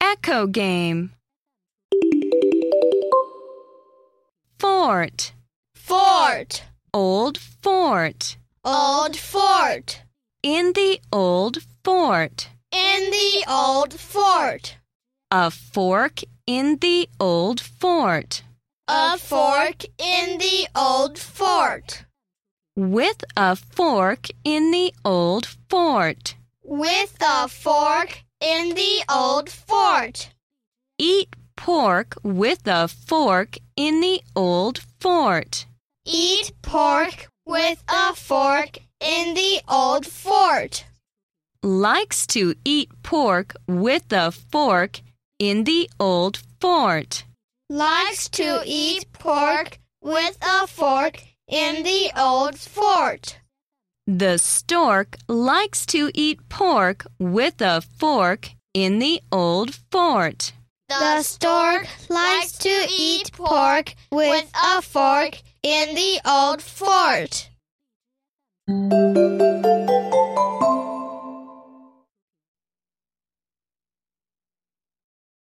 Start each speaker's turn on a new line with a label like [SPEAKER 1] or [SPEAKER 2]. [SPEAKER 1] Echo game. Fort.
[SPEAKER 2] Fort.
[SPEAKER 1] Old fort.
[SPEAKER 2] Old fort.
[SPEAKER 1] In the old fort.
[SPEAKER 2] In the old fort.
[SPEAKER 1] A fork in the old fort.
[SPEAKER 2] A fork in the old fort.
[SPEAKER 1] With a fork in the old fort.
[SPEAKER 2] With a fork in the old fort.
[SPEAKER 1] Eat pork with a fork in the old fort.
[SPEAKER 2] Eat pork with a fork in the old fort.
[SPEAKER 1] Likes to eat pork with a fork in the old fort.
[SPEAKER 2] Likes to eat pork with a fork in the old fort.
[SPEAKER 1] The stork likes to eat pork with a fork in the old fort.
[SPEAKER 2] The stork likes to eat pork with a fork in the old fort.